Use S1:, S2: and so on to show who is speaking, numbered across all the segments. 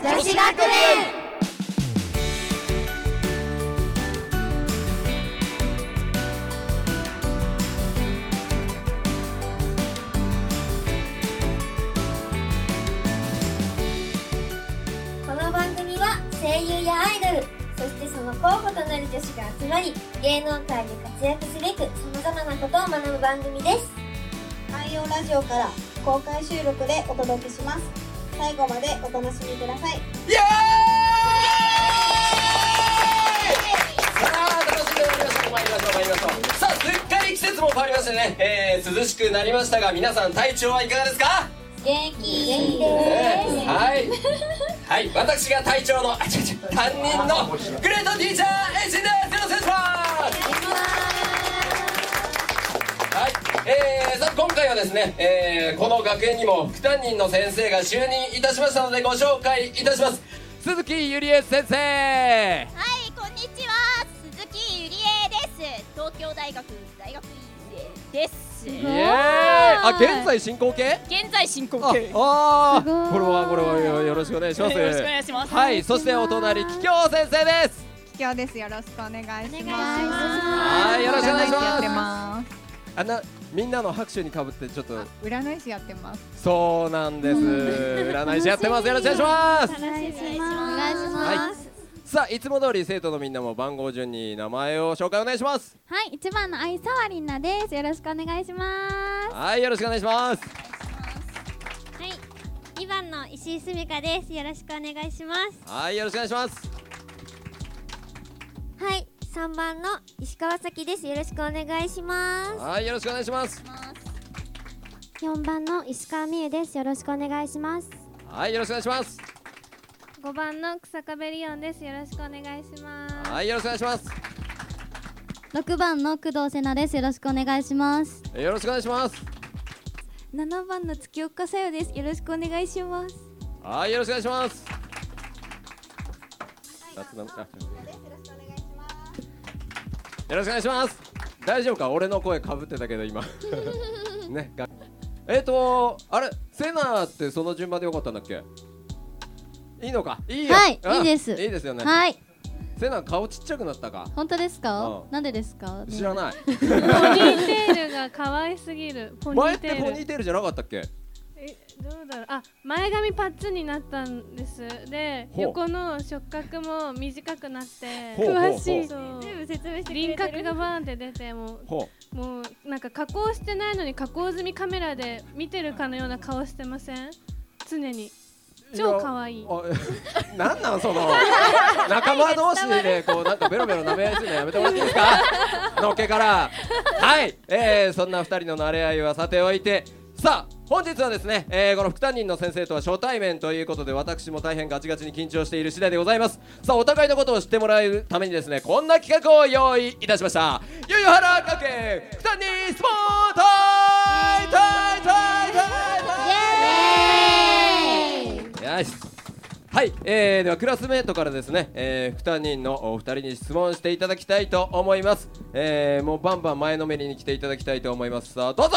S1: 女子学園この番組は声優やアイドルそしてその候補となる女子が集まり芸能界で活躍すべくさまざまなことを学ぶ番組です
S2: 海洋ラジオから公開収録でお届けします最後までお楽しみください
S3: イエーイさあ楽しんでまいりましょう参りましょう参りましょうさあすっかり季節も変わりましてね、えー涼しくなりましたが皆さん体調はいかがですか
S2: 元気
S1: 元気
S3: ね
S1: です
S3: はいはい私が隊長のあ違う違う担任のグレートティーチャーエンジンですよろしくお願いしますはい、えー、さあ今回はですね、えー、この学園にも副担任の先生が就任いたしましたのでご紹介いたします鈴木ゆりえ先生
S4: はい、こんにちは。鈴木ゆりえです。東京大学大学院です。
S3: イエーイあ現在進行形
S4: 現在進行
S3: あ
S4: 形。
S3: あーこれはこれはよよろしくお願いします
S4: よろしくお願いします
S3: はいそしてお隣桔梗先生です
S5: 今日です。よろしくお願いします。お願いし
S3: ますはいよろしくお願いします
S5: やってます。
S3: あなみんなの拍手にかぶってちょっと
S5: 占い師やってます。
S3: そうなんです占い師やってますよろしくお願 いします
S4: お願いします。
S3: はいさあいつも通り生徒のみんなも番号順に名前を紹介お願いします
S6: はい、一番の愛さわりんなです。よろしくお願いします。
S3: はいよろしくお願いします
S6: はい、二番の石井すみかです。よろしくお願いします。
S3: はいよろしくお願いします
S6: はい、三番の石川咲です。よろしくお願いします。
S3: はいよろしくお願いします
S6: 四番の石川美優です。よろしくお願いします。
S3: はいよろしくお願いします
S6: 五番の草壁リオンです。よろしくお願いします。
S3: はいよろしくお願いします
S6: 六番の工藤瀬奈です。よろしくお願いします。
S3: よろしくお願いします
S6: 七番の月岡さよです。よろしくお願いします。
S3: はいよろしくお願いします夏のあよろしくお願いします。大丈夫か、俺の声かぶってたけど、 今。ね、がえっ、と、あれ、セナってその順番でよかったんだっけ。いいのか。いいよ。
S7: はい
S3: あ
S7: いいです
S3: いいですよね。
S7: はい、
S3: セナ顔ちっちゃくなったか。
S7: 本当ですか
S3: う。ん
S7: なんでですか。
S3: 知らない。
S8: ポニーテールが可愛すぎる。ポニ
S3: 前
S8: ー
S3: っ
S8: テ
S3: て
S8: ール。
S3: ポニーテールじゃなかったっけ。
S8: えどうだろう。あ、前髪パッツンになったんです。で、
S3: ほう
S8: 横の触覚も短くなって、
S3: ほうほうほう詳しい
S8: そう
S6: 全部説明してくれて
S8: 輪
S6: る。
S8: 郭がバーンって出て、も
S3: ほ
S8: うもうなんか加工してないのに加工済みカメラで見てるかのような顔してません？常に。
S3: う。
S8: 超可愛い
S3: や。あ なんなんその。 仲間同士でね、こうなんかベロベロ舐め合いするのやめてもらっていいですか。のっけから。はい、えー、そんな二人の慣れ合いはさておいて。さあ本日はですね、えーこの副担任の先生とは初対面ということで私も大変ガチガチに緊張している次第でございますさあお互いのことを知ってもらうためにですねこんな企画を用意いたしましたゆゆはら学園副担任スポートイタイタイタイタイよしはい、えー、ではクラスメートからですね、えー、副担任のお二人に質問していただきたいと思います、えー、もうバンバン前のめりに来ていただきたいと思いますさあどうぞ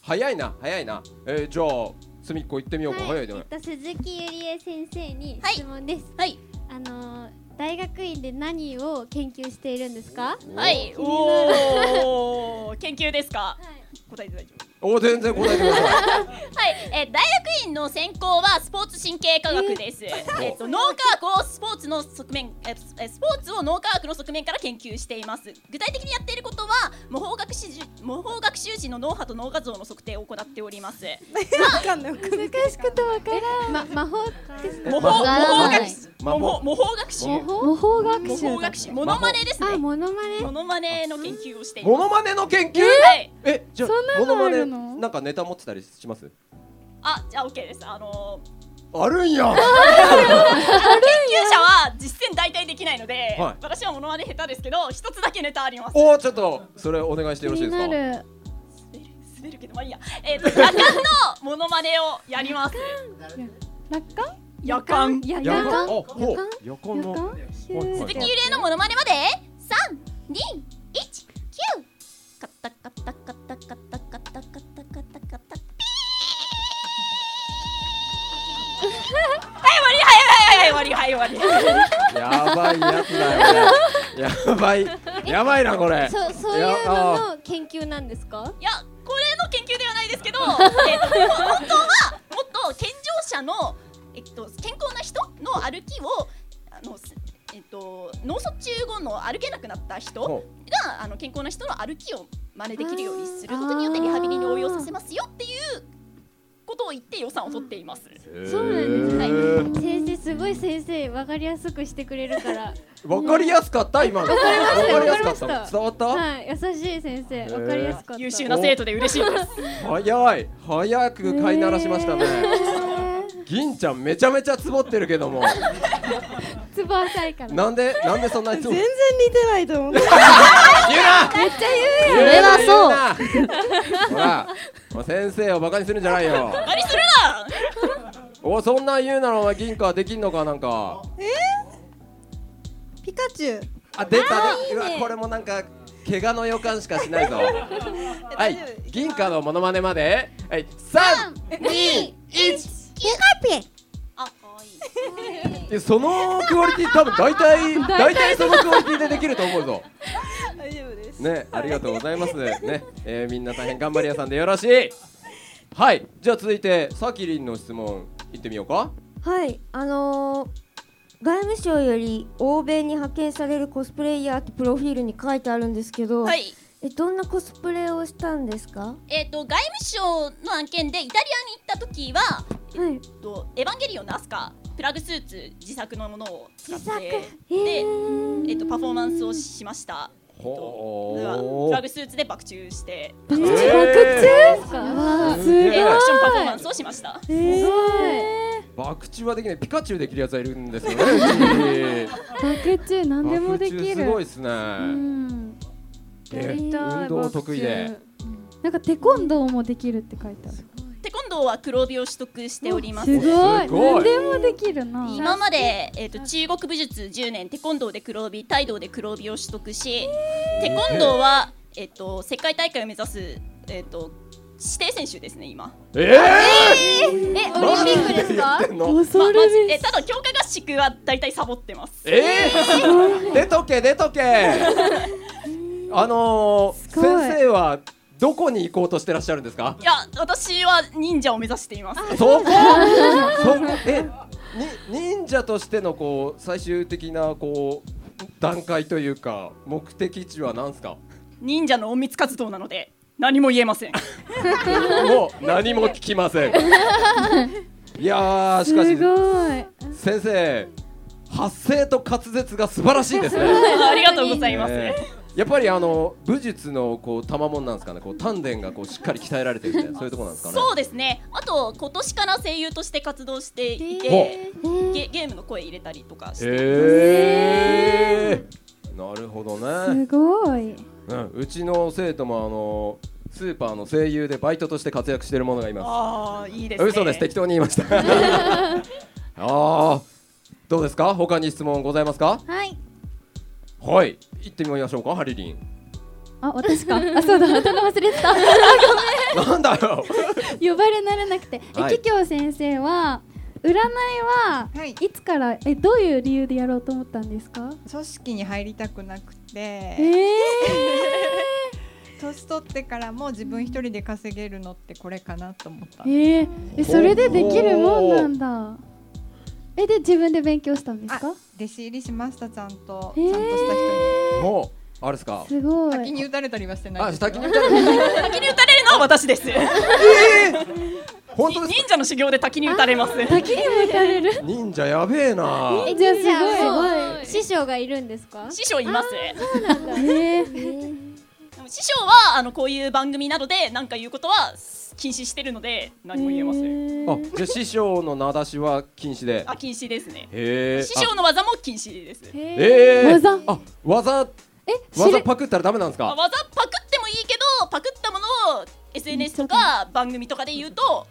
S3: 早いな早いな、えー、じゃあ隅っこ行ってみようか、早いでも
S6: えっと、鈴木ゆりえ先生に
S4: はい
S6: 質問です。
S4: はい。
S6: あのー大学院で何を研究しているんですか？
S4: はい。おお。研究ですか。答えて大丈夫。
S3: お全然答えてください
S4: はい、えー大学院の専攻はスポーツ神経科学 です。えっと脳科学をスポーツの側面、えースえースポーツを脳科学の側面から研究しています。具体的にやっていることは模倣学習模倣学習時の脳波と脳画像の測定を行っております。
S6: ま魔法
S4: 模倣模
S7: わ
S4: 倣
S7: から
S4: 学
S7: ない
S4: 習
S3: 魔
S4: 模
S3: 法
S4: 倣模倣学習
S6: 模倣学
S4: 模倣学習モノマネですね。
S6: モノマネ。
S4: モノマネの研究をしてい
S3: モ
S4: ます。
S3: ノマネの研究、
S4: はい。
S3: えじゃあ
S7: そんな
S3: モ
S7: の
S3: ノマ
S7: あ
S3: ネ
S7: るの
S3: なんかネタ持ってたりします
S4: あ、じゃあ OK です。あのー
S3: あるん や
S4: 研究者は実践大体できないので、
S3: はい
S4: 私はモノマネ下手ですけど、一つだけネタあります。
S3: おーちょっとそれお願いしてよろしいですか
S7: る。
S4: 滑る滑るけどまあいいや。えっ、と夜間のモノマネをやります。
S7: 落下。
S4: 夜間。
S7: や
S3: やか
S7: や
S3: ん
S7: か
S3: あ
S7: ん。
S3: ほうやかんの
S7: やかん
S3: はいはい
S4: 鈴木ゆりえのモノマネまで三二一九。カタカタカタカタカタカタカタカタピー。はい終わりはいがり。
S3: やばいやつだよね。やばい。やばいなこれ。
S6: そうそういうのの研究なんですか
S4: いやこれの研究ではないですけど、えっとでも本当はもっと健常者の、えっと、健康な人の歩きをあの、すえっと、脳卒中後の歩けなくなった人
S3: ほ
S4: があの健康な人の歩きを真似できるようにすることによってリハビリに応用させますよっていうことを言って予算を取っています。
S6: そうなんです
S4: ね
S3: へ
S6: 先生すごい先生わかりやすくしてくれるから
S3: ーわかりやすかった今の。わかりやすかった。
S6: わかりました
S3: 伝わった？
S6: はい優しい先生わかりやすかった
S4: 優秀な生徒で嬉しいです。
S3: 早い。早く飼いならしましたね。銀ちゃんめちゃめちゃつぼってるけども。
S7: つぼ浅 いから。
S3: なんでなんでそんなにつぼ。言う
S2: 似てないと思う。
S3: な。めっちゃ言う
S9: それは
S3: そう。ほら、もう先生をバカにするんじゃないよ。
S4: ありするな。
S3: おそんなん言うならお前銀貨できんのかなんか。
S2: ピカチュウ。
S3: あ出たねうわこれもなんか怪我の予感しかし ないぞはい銀貨のモノマネまではい三二一
S4: あ可愛い。
S3: でそのクオリティ多分大体 大体そのクオリティでできると思う ぞ
S2: 大丈夫です。
S3: ねありがとうございますね、えーみんな大変頑張り屋さんでよろしいはいじゃあ続いてさきりんの質問いってみようか
S10: はい、あのー外務省より欧米に派遣されるコスプレイヤーってプロフィールに書いてあるんですけど、
S4: はい。
S10: えどんなコスプレをしたんですか
S4: えっ、と外務省の案件でイタリアに行った時は、
S10: はい
S4: えっとエヴァンゲリオンのアスカプラグスーツ自作のものを使って
S10: 自作
S4: で、
S10: えー
S4: えっとパフォーマンスをしました。
S3: ほ
S4: ではプラグスーツで爆注して、
S3: 爆
S10: 爆
S3: 中
S10: す
S3: す
S4: え
S3: げ
S4: ー
S3: え
S4: アクションパフォーマンスをしました。
S10: ごい
S3: 爆中はできないピカチュウできるやつはいるんですよね
S7: 爆中何でもで
S3: 爆
S7: き
S3: 中す
S7: る。
S3: ごいですね、
S7: うん。
S3: え
S7: やりたい
S3: 運動得意で。
S7: 爆中なんかテコンドーもできるって書いてある。
S4: テコンドーは黒帯を取得しております
S7: す。ごい。
S3: すごい
S7: 何でもできるな。
S4: 今まで、えっと中国武術10年テコンドーで黒帯タイ道で黒帯を取得し、テコンドーは、えっと世界大会を目指す、えっと指定選手ですね今。
S3: えー、
S6: えオリンピックですか
S3: 何言ってんの
S7: 恐
S4: まま
S7: る
S4: ず
S7: べ
S4: え
S7: し。
S4: ただ強化合宿は大体サボってます。
S3: えー、出とけ出 とけあのー、
S7: すごい
S3: 先生はどこに行こうとしてらっしゃるんですか
S4: いや、私は忍者を目指しています。
S3: そこそこえに忍者としてのこう最終的なこう段階というか目的地は何です か
S4: 忍者の隠密活動なので何も言え ません。
S3: もう何も聞きませんいやーしか
S7: す
S3: し
S7: ごい。
S3: 先生発声と滑舌が素晴らしいですね
S4: ありがとうございます。
S3: えーやっぱりあの武術のこう賜物なんですかね、こう丹田がこうしっかり鍛えられてるみたいなそういうところなんですかね。
S4: そうですね。あと今年から声優として活動していて、ゲゲームの声入れたりとかして、
S3: へーなるほどね。
S7: すごい。
S3: うん、うちの生徒もあのスーパーの声優でバイトとして活躍してる者がいま
S4: ああいいです
S3: す。
S4: ね。
S3: 嘘です、適当に言いました。ああ、どうですか？他に質問ございますか？
S5: はい。
S3: はい、行ってみましょうか、ハリリン。
S7: あ、私か。あ、そうだ。頭忘れてた。
S3: なんだよ。
S7: 呼ばれなれなくて。え、
S3: はい
S7: 桔梗先生は占いは
S5: はい。
S7: いつからえどういう理由でやろうと思ったんですか？
S5: 組織に入りたくなくて。
S7: ええ
S5: 年取ってからも自分一人で稼げるのってこれかなと思った、
S7: えええそれでできるもんなんだ。えで自分で勉強したんですか？
S5: 弟子入りしましたちゃんと、
S7: えー
S5: ちゃんとした人
S3: もうあれですか？
S7: すご
S5: に
S7: い。
S5: 滝に打たれたりはしてない
S3: あ、
S5: ですよ
S3: 下着に打たれてる。
S4: 滝に打たれるのは私 です。
S3: 本当ですか
S4: 忍者の修行で滝に打たれます。
S7: 滝に向かれる。
S3: 忍者やべえな
S6: え
S7: じゃあす
S6: じゃ
S7: ごい。
S6: あもう師匠がいるんですか
S4: 師匠います。
S7: ええ
S4: でも 師匠はあのこういう番組などで何か言うことは禁止してるので何も言えません。
S3: あ、じゃあ師匠の名出しは禁止で
S4: あ禁止ですね。
S3: へえ
S4: 師匠の技も禁止です。
S3: あえー
S7: 技
S3: あ、技
S7: え知
S3: 技
S7: る
S3: パクったらダメなんです
S4: まあ
S3: か
S4: 技パクってもいいけどパクったものを SNS とか番組とかで言うと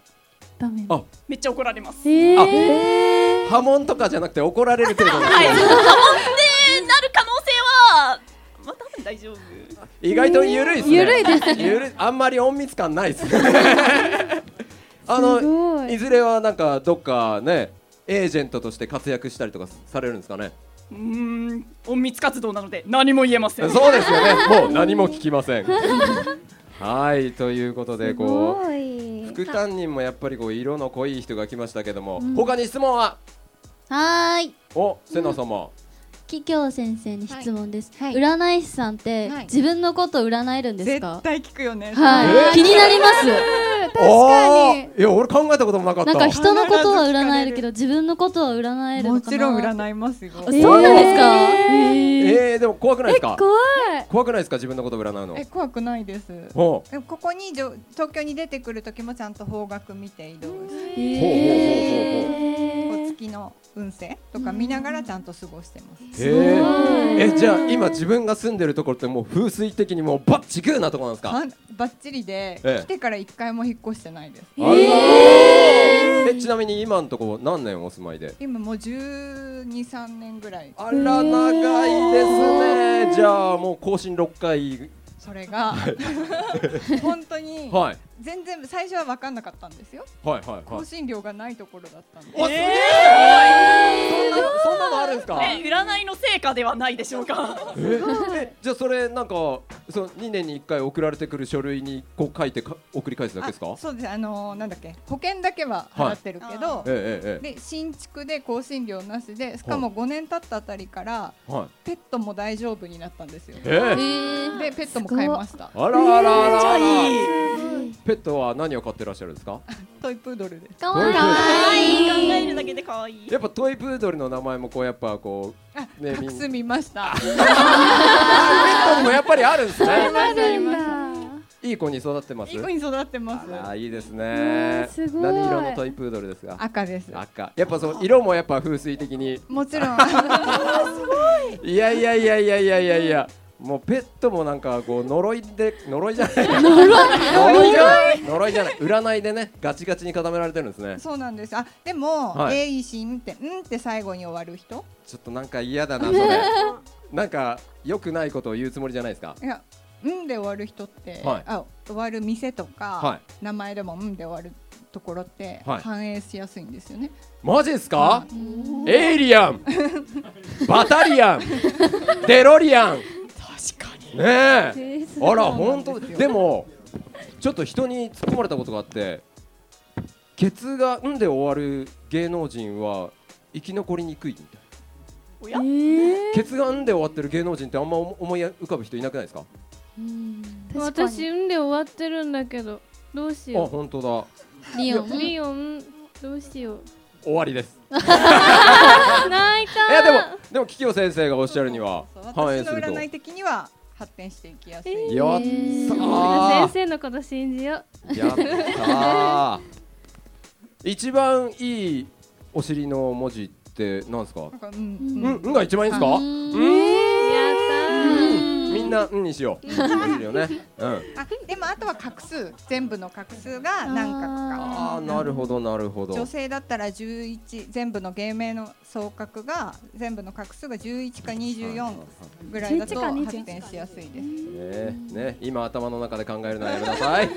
S7: ダメ。
S3: あ
S4: めっちゃ怒られます。
S7: え
S3: あ
S7: え
S3: 波紋とかじゃなくて怒られる程度の
S4: でなる可能性はまあ多分大丈夫。
S3: 意外と緩いですね
S7: 緩いです
S3: ね緩いあんまり隠密感ないですねあ
S7: すご
S3: の、
S7: い
S3: いずれはなんかどっかねエージェントとして活躍したりとかされるんですかね
S4: うーん隠密活動なので何も言えません
S3: そうですよねもう何も聞きませんはいということでこう
S10: い
S3: 副担任もやっぱりこう色の濃い人が来ましたけども、他に質問は
S7: はーい
S3: お瀬名様、
S7: 桔梗先生に質問です、
S5: はいはい
S7: 占い師さんって、
S5: はい
S7: 自分のことを占えるんですか
S5: 絶対聞くよね。
S7: はい、気になります
S5: 確かに。
S3: にいや俺考えたこともなかった
S7: なんか人のことは占えるけど自分のことは占えるのかな
S5: もちろん
S7: い
S5: 占いますよ。
S7: そうなんですか、
S3: えー、でも怖くないですか
S7: 怖い
S3: 怖くないですか自分のこと占うの
S5: え怖くないです。
S3: ほ
S5: でもここにじょ東京に出てくる時もちゃんと方角見て移動して、
S3: うほうほうほうほう
S5: こう月の運勢とか見ながらちゃんと過ごしてます。
S3: へーえじゃあ今自分が住んでるところってもう風水的にもうバッチグーなとこなんですか
S5: あバッチリで、
S3: ええ
S5: 来てから一回も引っ越してないです。
S3: あらえちなみに今のとこ何年お住まいで
S5: 今もう12、3年ぐらい
S3: あら長いですねじゃあもう更新6回
S5: それが本当に
S3: はい
S5: 全然最初は分かんなかったんですよ。
S3: はいはいは
S5: 更
S3: い
S5: 新料がないところだったんで。
S3: おすげえそんなそんなのあるんですか
S4: え占いの成果ではないでしょうか
S3: えじゃあそれなんかその2年に1回送られてくる書類にこう書いてか送り返すだけですか
S5: あそうです。あのーなんだっけ保険だけは払ってるけど。
S4: は
S3: えええ
S5: で新築で更新料なしでしかも5年経ったあたりから
S3: えはい
S5: ペットも大丈夫になったんですよ
S3: ええ
S5: でペットも買いました
S3: あらあらあらあら
S4: い
S3: ペットは何を飼ってらっしゃるんですか
S5: トイプードルです
S7: か
S3: トイプード
S7: わ
S4: 可愛い考えるだけで可愛い
S3: ルやっぱトイプードルの名前もこうやっぱこ
S5: あ
S3: うね
S5: た
S3: みん
S5: くすみました
S3: ペットにもやっぱりあるんですね
S7: いいるんだ
S3: いい子に育ってます
S5: いい子に育ってます
S3: あらいいです
S7: ね
S3: ね
S7: えすごい
S3: 何色のトイプードルですか
S5: 赤です
S3: 赤やっぱその色もやっぱ風水的に
S5: もちろん
S3: いやいやいやいやいやいやいやもうペットもなんかこう呪いで 呪いじゃない呪いじゃない呪いじゃない占いでねガチガチに固められてるんですね
S5: そうなんですあでも
S3: は
S5: 「
S3: い
S5: えいしん」って「ん」って最後に終わる人
S3: ちょっとなんか嫌だなそれ なんか良くないことを言うつもりじゃないですか
S5: いや「ん」で終わる人って
S3: はい
S5: あ終わる店と
S3: は
S5: か名前でも「ん」で終わるところって
S3: はい
S5: 反映しやすいんですよね
S3: マジですかエイリアンバタリ アンデロリアン
S4: 確かに
S3: ねえあら
S5: そうなん
S3: 本
S5: ですよ
S3: 当でもちょっと人に突っ込まれたことがあってケツが「ん」で終わる芸能人は生き残りにくいみたい
S4: おや
S3: なケツが「ん」で終わってる芸能人ってあんま思思い浮かぶ人いなくないですか
S7: 確かに
S8: 私うんで終わってるんだけどどうし
S3: あ
S8: よ
S3: 本当だ
S7: リオン
S8: うリオンどうしよう
S3: 終わりです
S8: 泣い
S3: いやで
S8: た
S3: もでも桔梗先生がおっしゃるには
S5: そうそうそう
S3: 反映
S5: 私
S3: す
S5: の
S3: ると
S5: 占い的には発展していきやすい
S3: やっ
S7: え
S3: た
S7: ー
S3: ー
S8: 先生のこと信じよう
S3: やったー一番いいお尻の文字ってなんですか
S5: なんか
S3: 「
S5: うんうん
S3: ん」んが一番いいんですかう
S5: う
S3: ん
S8: やったー
S3: みんな「ん」にしようお尻をねうん
S5: あでもあとは画数全部の画数が何画か
S3: あーなるほどなるほど
S5: 女性だったら11全部の芸名の総画が全部の画数が11か24ぐらいだと発展しやすいです
S3: ねね今頭の中で考えるのはやめなさい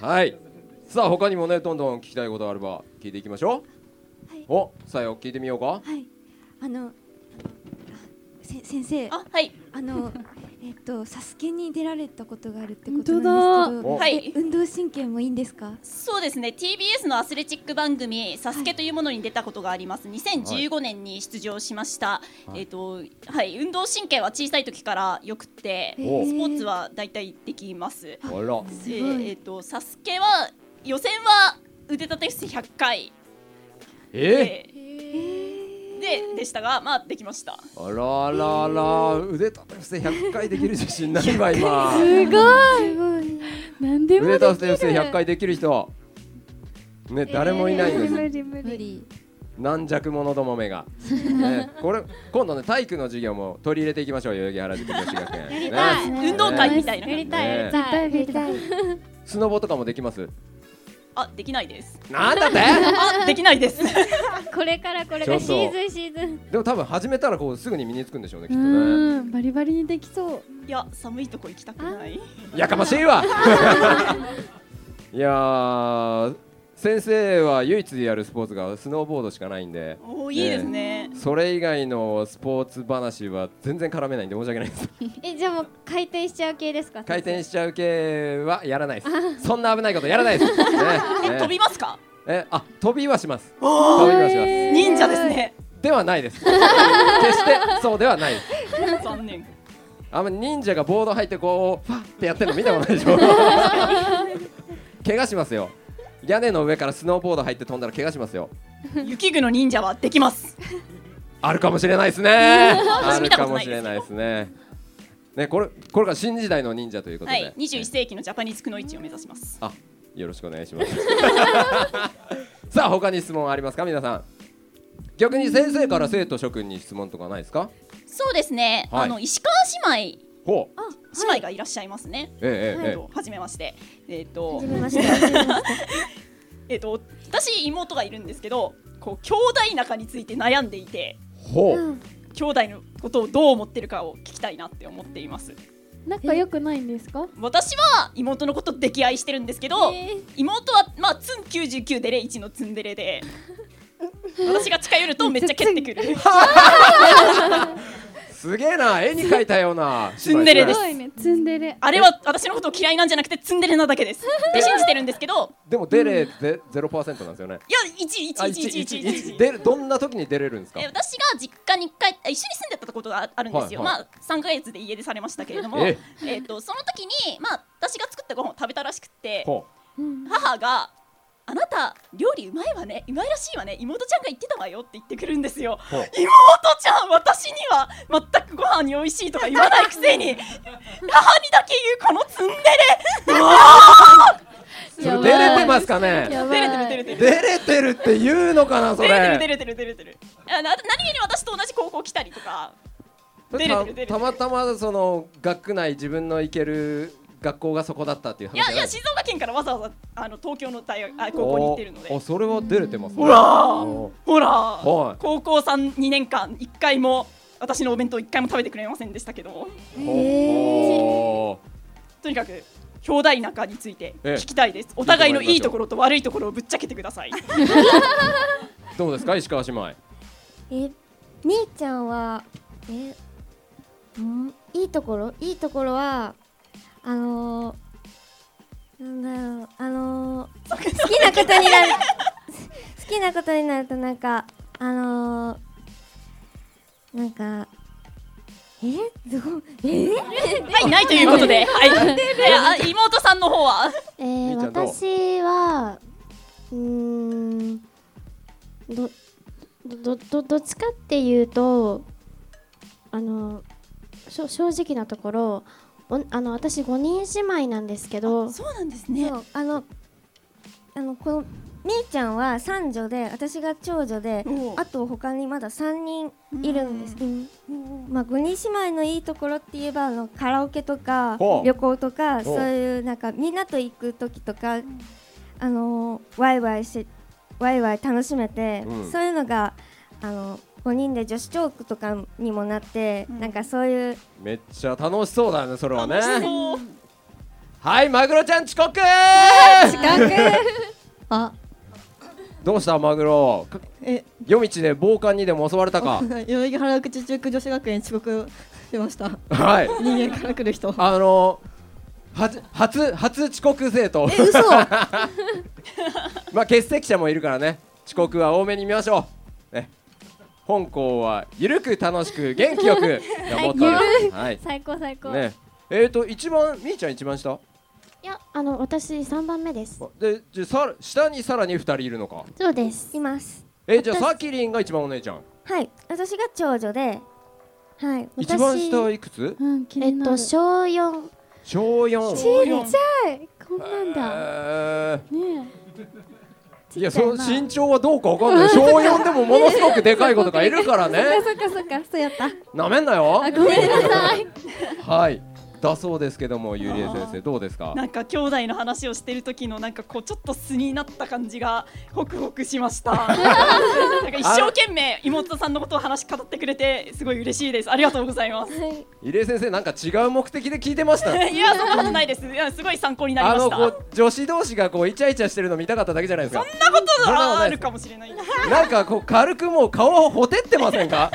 S3: はいさあ他にもねどんどん聞きたいことあれば聞いていきましょう、
S10: はい
S3: おさよ聞いてみようか
S10: はいあのあせ先生あ
S4: あはい
S10: のえっとサスケに出られたことがあるって
S7: 本
S10: こと
S7: 当だ
S10: なんですけど
S3: お
S4: はい
S10: 運動神経もいいんですか
S4: そうですね TBS のアスレチック番組「サスケというものに出たことがあります2015年に出場しました、
S3: はい
S4: えっ、とはい運動神経は小さい時からよくてスポ
S3: お
S4: ーツは大体できます、え
S3: あら
S4: ーえっ、とサスケは予選は腕立て伏せ100回
S3: え
S4: でででしたがまあできました
S3: あらあらあら腕立て伏せ100回できる自信ないわ今
S7: すごいなんでも
S3: 腕
S7: で
S3: 立
S7: き
S3: て伏
S7: る
S3: せ100回できる人ね誰もいないんです、
S7: 理無理
S3: 軟弱者どもめ が、ね、これ今度ね体育の授業も取り入れていきましょう代々木原宿女子学園やり
S6: たい
S4: 運動会みたいな、
S6: やりたいやり
S7: 絶
S6: た
S7: 対
S6: い。
S7: 無理だ
S3: スノボとかもできます
S4: あできない です
S3: なんだって
S4: あできないです
S6: これから これ
S3: ち
S6: が
S3: ょっと
S6: シーズンシーズン。
S3: でも多分始めたらこうすぐに身につくんでしょうねきっ
S7: う
S3: とね
S7: んバリバリにできそう
S4: いや寒いとこ行き たくない
S3: やかましいわいやー先生は唯一やるスポーツがスノーボードしかないんで
S4: おーいいですね
S3: それ以外のスポーツ話は全然絡めないんで申し訳ないです
S6: えじゃあもう回転しちゃう系ですか
S3: 回転しちゃう系はやらない ですそんな危ないことやらないです、ね
S4: え
S3: ね
S4: 飛びますか
S3: えあ飛びはします飛びはします
S4: 忍者です ね
S3: ではないです決してそうではないです
S4: 残念
S3: あんま忍者がボード入ってこうファッってやってるの見たことないでしょ怪我しますよ屋根の上からスノーボード入って飛んだら怪我しますよ
S4: 雪具の忍者はできます
S3: あるかもしれないですねあ
S4: 私
S3: る
S4: 見た
S3: か
S4: こと
S3: も
S4: ない
S3: し
S4: です
S3: れないですねねこれこれが新時代の忍者ということ
S4: は
S3: で、
S4: い21世紀のジャパニーズくの市を目指します
S3: あよろしくお願いします さあ他に質問ありますか皆さん逆に先生から生徒諸君に質問とかないですか
S4: そうですね、
S3: はい
S4: あの石川姉妹
S3: ほう
S4: 姉妹がいらっしゃいますね、
S3: えええええ
S4: えっと初めましてえっ、と
S6: 始めました
S4: えっ、と私妹がいるんですけどこう兄弟仲について悩んでいて
S3: えほう、
S4: 兄弟のことをどう思ってるかを聞きたいなって思っています
S7: 仲良くないんですか？
S4: 私は妹のこと溺愛してるんですけど、妹はまあツン99デレ1のツンデレで 私が近寄るとめっちゃ蹴ってくる
S3: すげえな絵に描いたような
S4: ツンデレです
S7: ごいね、ツンデレ。
S4: あれは私のことを嫌いなんじゃなくてツンデレなだけですって信じてるんですけど
S3: でも出れでゼロパーセントなんですよね。
S4: いや111111
S3: 出るどんな時に出れるんですか
S4: え。私が実家に一回あ一緒に住んでたことがあるんですよ、
S3: はいはい
S4: まあ3ヶ月で家出されましたけれども
S3: え
S4: え、っとその時に、まあ、私が作ったご飯を食べたらしくって
S3: ほ
S4: 母が「あなた料理うまいわねうまいらしいわね妹ちゃんが言ってたわよ」って言ってくるんですよ
S3: ほう
S4: 妹ちゃん私には全くご飯に美味しいとか言わないくせに母にだけ言うこのツンデレうわ
S3: う。それ出れてますかね。
S7: やば
S4: 出
S7: い。
S4: れてる出れてる
S3: 出れてるって言うのかなそ
S4: 出れてる
S3: れ。
S4: 出れてる出れてる出れてるあな何気に私と同じ高校来たりとか出れてる出れてる
S3: たたまたまその学区内自分の行ける学校がそこだったっていう
S4: い
S3: 話じゃ
S4: や
S3: ない
S4: や静岡県からわざわざあの東京の大学あ
S3: お
S4: 高校に行ってるので
S3: おそれは出れてますね。
S4: ほらー
S3: お
S4: ほら、
S3: はい
S4: 高校3、2年間、1回も私のお弁当1回も食べてくれませんでしたけど、
S3: お
S4: とにかく兄弟仲について
S3: ええ
S4: 聞きたいです、お互いのいいところと悪いところをぶっちゃけてください。
S3: どうですか石川姉妹。
S10: え兄ちゃんはえうんいいところいいところはあのー、なんだろうあのー、好きなことになる 好きなことになるとなんかあのー、なんかえどうえ
S4: はい、ないということ で、はい、であ妹さんの方は、
S6: えー、
S3: みーちゃんどう
S6: 私はうーんどどどどどっちかっていうとあのしょ正直なところおあの私5人姉妹なんですけど
S4: そうなんです
S10: そ。うあのあのこのみーちゃんは三女で私が長女で
S4: おう
S10: あと他にまだ三人いるんです、うんまあ五人姉妹のいいところって言えばあのカラオケとか
S3: ほう
S10: 旅行とか
S3: ほ
S10: そ
S3: う
S10: ういうなんかみんなと行く時とかあのーワイワイしてワイワイ楽しめて、
S3: うん
S10: そういうのがあの五人で女子トークとかにもなって、
S4: うん
S10: なんかそういう
S3: めっちゃ楽しそうだねそれは
S4: 楽し
S3: ね。
S4: そう
S3: はいマグロちゃん遅刻。
S5: あ、
S3: どうしたマグロ。か
S9: え、
S3: 夜道で暴漢にでも襲われたか。
S9: 代々木原口中区女子学園遅刻しました。
S3: はい。
S9: 人間から来る人。
S3: あのはじ初初遅刻生徒。
S9: え、 嘘。
S3: まあ欠席者もいるからね。遅刻は多めに見ましょう。ね。本校はゆるく楽しく元気よくがモットーです。はい。
S6: 最高最高
S3: ね。えーと一番みーちゃん一番下。
S6: いやあの私3番目です
S3: でじゃあさら下にさらに二人いるのか。
S6: そうです
S10: います
S3: えじゃあさきりんが一番お姉ちゃん。
S10: はい私が長女ではい
S3: 一番下いくつ？
S7: うん、気
S6: え
S7: に
S6: っ
S7: なる。
S6: と小4
S3: 小四。
S7: えこんなんだ。
S3: えー
S7: ね
S3: いや
S7: ちっちゃい
S3: その
S7: な
S3: 身長はどうかわかんない小4でもものすごくでかい子とかいるからね
S10: そっかそっかそうやった
S3: なめんなよ
S7: え。ごめんなさい。
S3: はいだそうですけどもゆりえ先生どうですか
S4: なんか兄弟の話をしてる時のなんかこうちょっと素になった感じがホクホクしました なんか一生懸命妹さんのことを話し語ってくれてすごい嬉しいですありがとうございます
S3: ゆりえ先生なんか違う目的で聞いてました
S4: いやそんなことないですいやすごい参考になり
S3: あ
S4: ま
S3: の
S4: した
S3: こう女子同士がこうイチャイチャしてるの見たかっただけじゃないですか
S4: そんなこと
S3: そんなこと
S4: が
S3: な
S4: あ
S3: いで
S4: る
S3: す
S4: かもしれないです
S3: なんかこう軽くもう顔をほてってませんか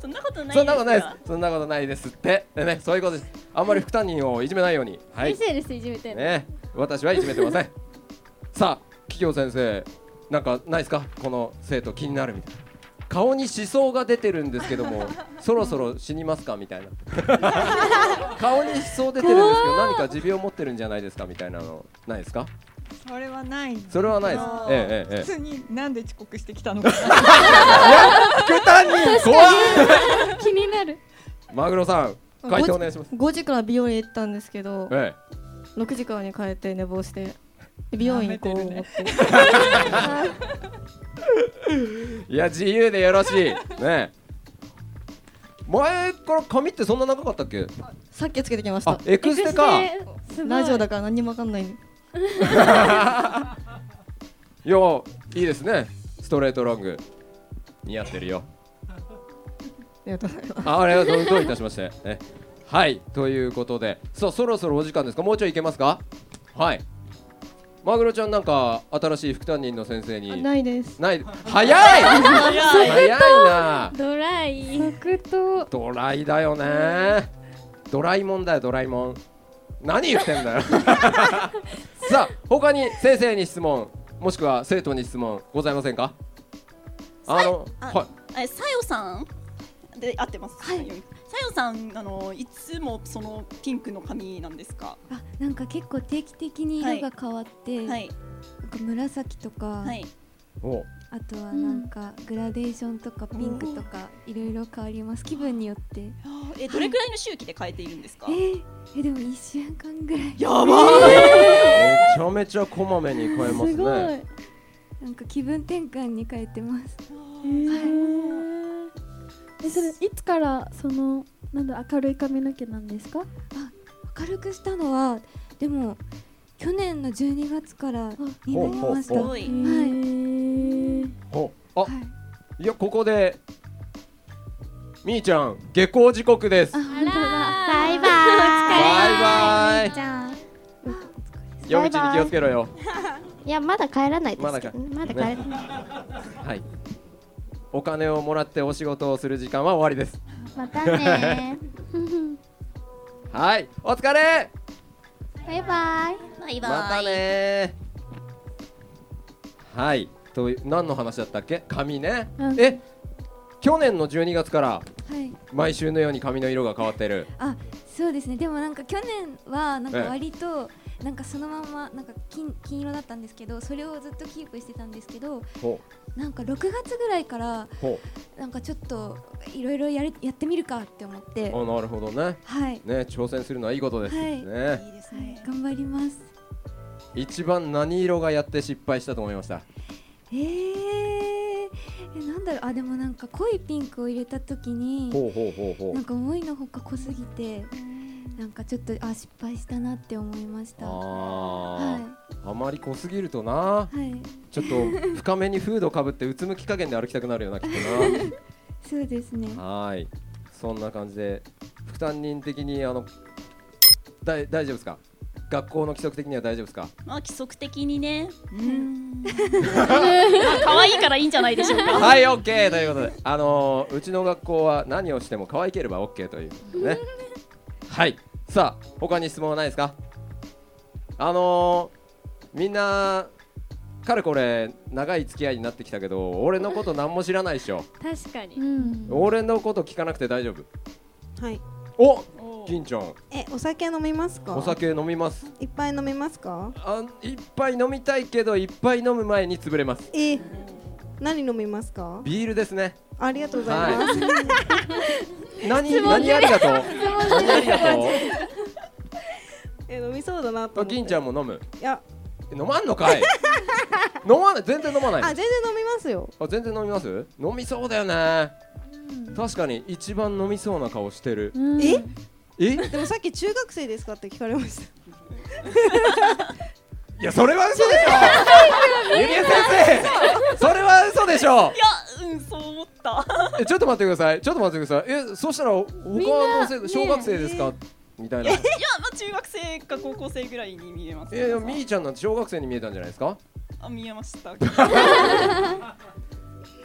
S4: そんなことないです
S3: そんなことないですそんなことないですってでねそういうことですあんまり副担任をいじめないようにはい
S11: 先生ですいじめてんの
S3: ね私はいじめてませんさあ企業先生なんかないですかこの生徒気になるみたいな顔に思想が出てるんですけどもそろそろ死にますかみたいな 顔に思想出てるんですけど何か持病持ってるんじゃないですかみたいなのないですか
S5: それはないんだけど
S3: それはないですええええええ
S5: 普通になんで遅刻してきたのかな
S3: 副担任怖い
S7: 気になる
S3: マグロさん回答お願いします
S9: 5時から美容院行ったんですけど、
S3: え
S9: 6時からに帰って寝坊して美容院行こう思って
S3: えいや自由でよろしいねえ前から髪ってそんな長かったっけ
S9: さっきつけてきました
S3: あエクステか
S9: エクステラジオだから何にもわかんない
S3: いやいいですねストレートロング似合ってるよ
S9: ありがとうございます
S3: ああれはどうどういたしましてねはいということでさあそろそろお時間ですかもうちょいいけますかはいマグロちゃんなんか新しい副担任の先生に
S9: ないです
S3: ない早い
S11: 早い
S3: 早いな
S11: ドライ
S7: 即答
S3: ドライだよねドライもんだよドライもん何言ってんだよさあ他に先生に質問もしくは生徒に質問ございませんかあの
S4: あ
S3: はい
S4: えさよさんで合ってますはいさよさんあのいつもそのピンクの髪なんですか
S11: あなんか結構定期的に色が変わって、なんか紫とか、
S3: お
S11: あとはなんかグラデーションとかピンクとかいろいろ変わります気分によって
S4: えどれくらいの周期で変えているんですか、
S11: えーえでも一週間ぐらい
S4: やばい
S3: めちゃめちゃこまめに変えますす
S11: ごい
S3: ね
S11: なんか気分転換に変えてます
S7: えそれいつからそのなんだ明るい髪の毛なんですか
S11: 明るくしたのはでも去年の12月からに
S3: ほ
S11: な
S3: う
S11: り
S3: ほう
S11: ました
S3: ほう
S11: はい
S3: ほあ、い、やここでみーちゃん下校時刻です
S6: バイバ
S3: バイバイ
S6: イみーちゃん
S3: 夜道に気をつけろよ
S6: いやまだ帰らないですけど
S3: ま
S6: まだ
S3: だ帰
S6: 帰
S3: ら
S6: ら
S3: な
S6: ない
S3: はいお金をもらってお仕事をする時間は終わりです
S6: また ね
S3: はいお疲れ
S6: バイバイ
S4: バイ
S3: またねはいという何の話だったっけ髪ね、
S11: うん
S3: え去年の12月から
S11: はい
S3: 毎週のように髪の色が変わってる
S11: あそうですねでもなんか去年はなんか
S3: ええ
S11: 割となんかそのまんまなんか金金色だったんですけどそれをずっとキープしてたんですけど
S3: ほ
S11: なんか6月ぐらいから
S3: うほ
S11: なんかちょっといろいろやれやってみるかって思っ
S3: う
S11: て
S3: あなるほどね
S11: はい
S3: ね挑戦するのはいいことです、
S11: はい
S3: ね
S11: はい頑張ります
S3: 一番何色がやって失敗したと思いました
S11: えー、えなんだろうあでもなんか濃いピンクを入れた時に
S3: ほうほうほうほう
S11: なんか思いのほか濃すぎてなんかちょっとあ失敗したなって思いましたは
S3: あー、あまり濃すぎるとな、
S11: い
S3: ちょっと深めにフードかぶってうつむき加減で歩きたくなるよなきっと
S11: そうですね
S3: なはーいそんな感じで副担任的にあのだい大丈夫ですか学校の規則的には大丈夫ですか
S4: まあ規則的にねうん まあ可愛いからいいんじゃないでしょう か
S3: はい OK ということであのーうちの学校は何をしても可愛ければ OK というねはいさあ他に質問はないですかあのーみんなかれこれ長い付き合いになってきたけど俺のこと何も知らないでしょ
S11: 確かに、
S3: 俺のこと聞かなくて大丈夫
S2: はい
S3: お金ちゃん
S2: えお酒飲みますか
S3: お酒飲みます
S2: いっぱい飲みますか
S3: あいっぱい飲みたいけどいっぱい飲む前に潰れます
S2: え何飲みますか
S3: ビールですね
S2: ありがとうございます、
S3: 何
S2: 質問
S3: 何ありがとう何ありがと
S2: え飲みそうだなと
S3: う金ちゃんも飲む
S2: いや
S3: え飲まんのかい飲まない全然飲まない
S2: あ
S3: の
S2: 全然飲みますよ
S3: あ全然飲みます飲みそうだよね確かに一番飲みそうな顔してる
S2: え
S3: え
S9: でもさっき中学生ですかって聞かれました
S3: いやそれは嘘でしょゆりえ先生それは嘘でしょ
S4: いやうんそう思った
S3: えちょっと待ってくださいちょっと待ってくださいえそしたら他
S4: みんな
S3: の生徒小学生ですかみたい
S4: い
S3: な
S4: や、まあ、中学生か高校生ぐらいに見えます、
S3: えみーちゃんなんて小学生に見えたんじゃないですか
S4: あ見えました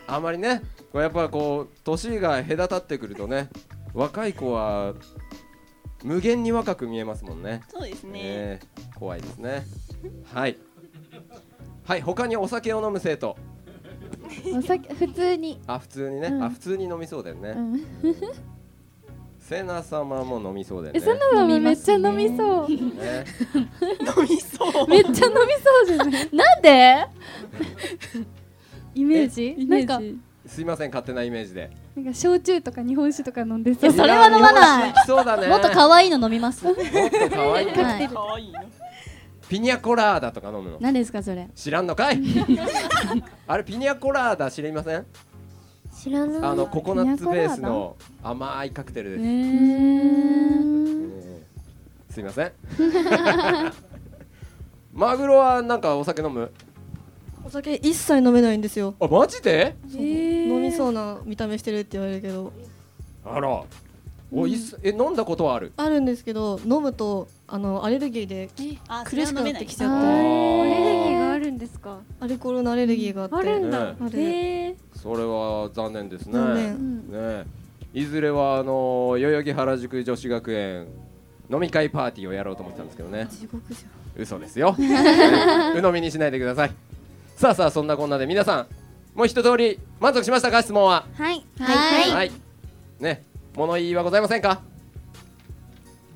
S3: あまりねこうやっぱこう年が隔たってくるとね若い子は無限に若く見えますもんね
S4: そうですね
S3: ええ怖いですねはいはい他にお酒を飲む生徒
S7: お酒普通に。
S3: あ普通にね、
S7: うん
S3: あ普通に飲みそうだよね、
S7: うん
S3: セナ様も飲みそうだよね
S7: え、そんなのめっちゃ飲みそう。
S3: ね
S7: めっちゃ飲みそうですね。なんで？
S11: イメージ
S7: な
S11: なんん
S7: か
S11: か
S3: すいません勝手なイメージで
S7: なんか焼酎とか日本酒とか飲んで
S11: いやそれは飲まない
S3: いや日本酒行きそうだね
S11: もっと可愛いの飲みますもっ
S3: と可愛いの
S4: 可愛い
S3: ピニャコラーダとか飲むの
S11: 何ですかそれ
S3: 知らんのかいあれピニャコラーダ知りません
S10: 知らない
S3: あのココナッツベースの甘いカクテルです、すいません マグロはなんかお酒飲む
S9: お酒一切飲めないんですよ
S3: あマジで
S9: そう飲みそうな見た目してるって言われるけど
S3: あら
S9: う
S3: お
S9: ん
S3: いっすえ飲んだことはある
S9: あるんですけど飲むとあのアレルギーで
S4: あ
S9: 苦しくなってきちゃっ
S11: あ
S9: て
S11: ーアレルギーが
S9: あ
S11: あるんですか
S9: アルコールのアレルギーがあって
S11: あるんだ
S3: ね
S9: ある
S11: へえ
S3: それは残念ですね
S9: 残
S3: ねえいずれはあの代々木原宿女子学園飲み会パーティーをやろうと思ってたんですけどね
S9: 地獄じ
S3: 嘘で すよ、ね鵜呑みにしないでくださいさあさあそんなこんなで皆さんもう一通り満足しましたか質問は
S10: はい
S3: はい、ね物言いはございませんか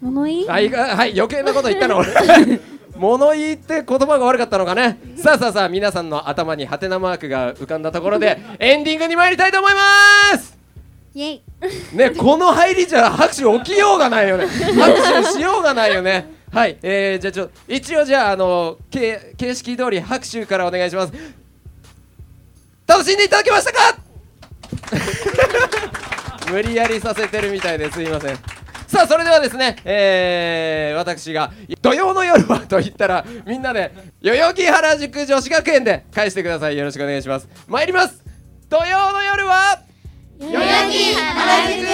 S7: 物言
S3: あいがはい余計なこと言ったの俺物言いって言葉が悪かったのかねさあさあさあ皆さんの頭にハテナマークが浮かんだところでエンディングに参りたいと思います
S10: イエイ
S3: ねこの入りじゃ拍手起きようがないよね拍手しようがないよねはいえー、じゃあちょ一応じゃああのけ形式通り拍手からお願いします楽しんでいただけましたか無理やりさせてるみたいですいませんさあそれではですね、えー、私が土曜の夜はと言ったらみんなで代々木原宿女子学園で返してくださいよろしくお願いします参ります土曜の夜は代々木原宿